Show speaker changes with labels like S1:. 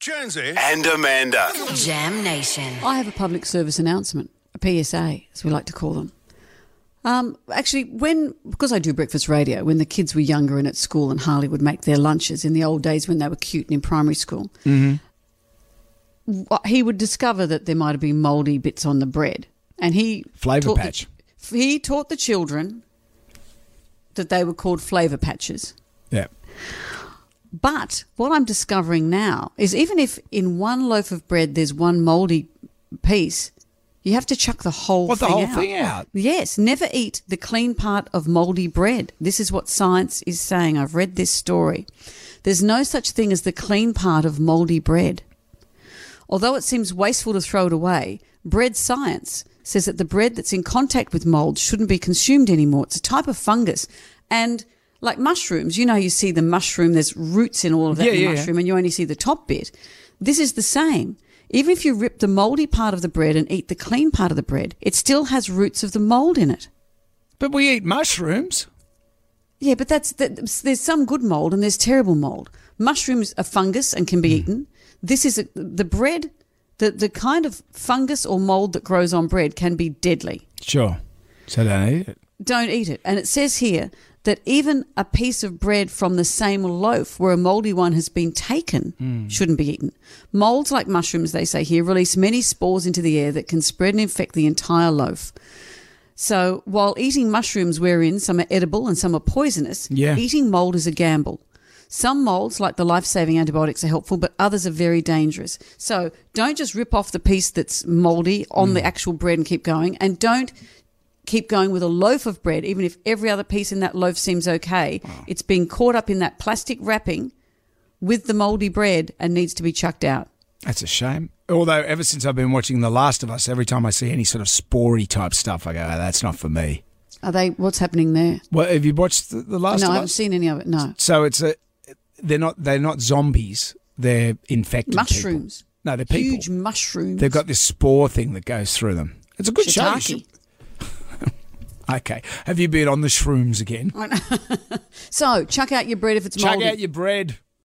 S1: Jonesy.
S2: and Amanda.
S3: Jam Nation.
S4: I have a public service announcement, a PSA, as we like to call them. Um, actually, when because I do breakfast radio, when the kids were younger and at school, and Harley would make their lunches in the old days when they were cute and in primary school, wh- he would discover that there might have been mouldy bits on the bread, and he
S5: Flavour
S4: taught the-
S5: patch.
S4: he taught the children that they were called flavour patches.
S5: Yeah.
S4: But what I'm discovering now is even if in one loaf of bread there's one moldy piece, you have to chuck the whole
S5: What, the
S4: thing
S5: whole
S4: out.
S5: thing out?
S4: Yes, never eat the clean part of moldy bread. This is what science is saying. I've read this story. There's no such thing as the clean part of moldy bread. Although it seems wasteful to throw it away, bread science says that the bread that's in contact with mold shouldn't be consumed anymore. It's a type of fungus. And like mushrooms, you know, you see the mushroom, there's roots in all of that
S5: Yeah,
S4: in the
S5: yeah, yeah.
S4: mushroom, and you only see the top bit. This is the same. Even if you rip the moldy part of the bread and eat the clean part of the bread, it still has roots of the mold in it.
S5: But we eat mushrooms.
S4: Yeah, but that's that, there's some good mold and there's terrible mold. Mushrooms are fungus and can be eaten. This is a, the bread, the the kind of fungus or mold that grows on bread can be deadly.
S5: Sure. So don't eat it.
S4: Don't eat it. And it says here that even a piece of bread from the same loaf where a moldy one has been taken shouldn't be eaten. Molds like mushrooms, they say here, release many spores into the air that can spread and infect the entire loaf. So while eating mushrooms wherein some are edible and some are poisonous,
S5: Yeah.
S4: eating mold is a gamble. Some molds, like the life saving antibiotics, are helpful, but others are very dangerous. So don't just rip off the piece that's moldy on the actual bread and keep going. And don't keep going with a loaf of bread, even if every other piece in that loaf seems okay. It's being caught up in that plastic wrapping with the moldy bread and needs to be chucked out.
S5: That's a shame. Although ever since I've been watching The Last of Us, every time I see any sort of spory type stuff, I go, oh, "That's not for me."
S4: Are they? What's happening there?
S5: Well, have you watched The, the Last
S4: no, I
S5: of
S4: haven't
S5: Us?
S4: seen any of it. No,
S5: so it's a they're not they're not zombies. They're infected people.
S4: mushrooms.
S5: No, they're people.
S4: Huge mushrooms.
S5: They've got this spore thing that goes through them. It's a good show. You
S4: Shiitake.
S5: should- Okay. Have you been on the shrooms again?
S4: So chuck out your bread if it's
S5: Chuck
S4: moldy.
S5: out your bread.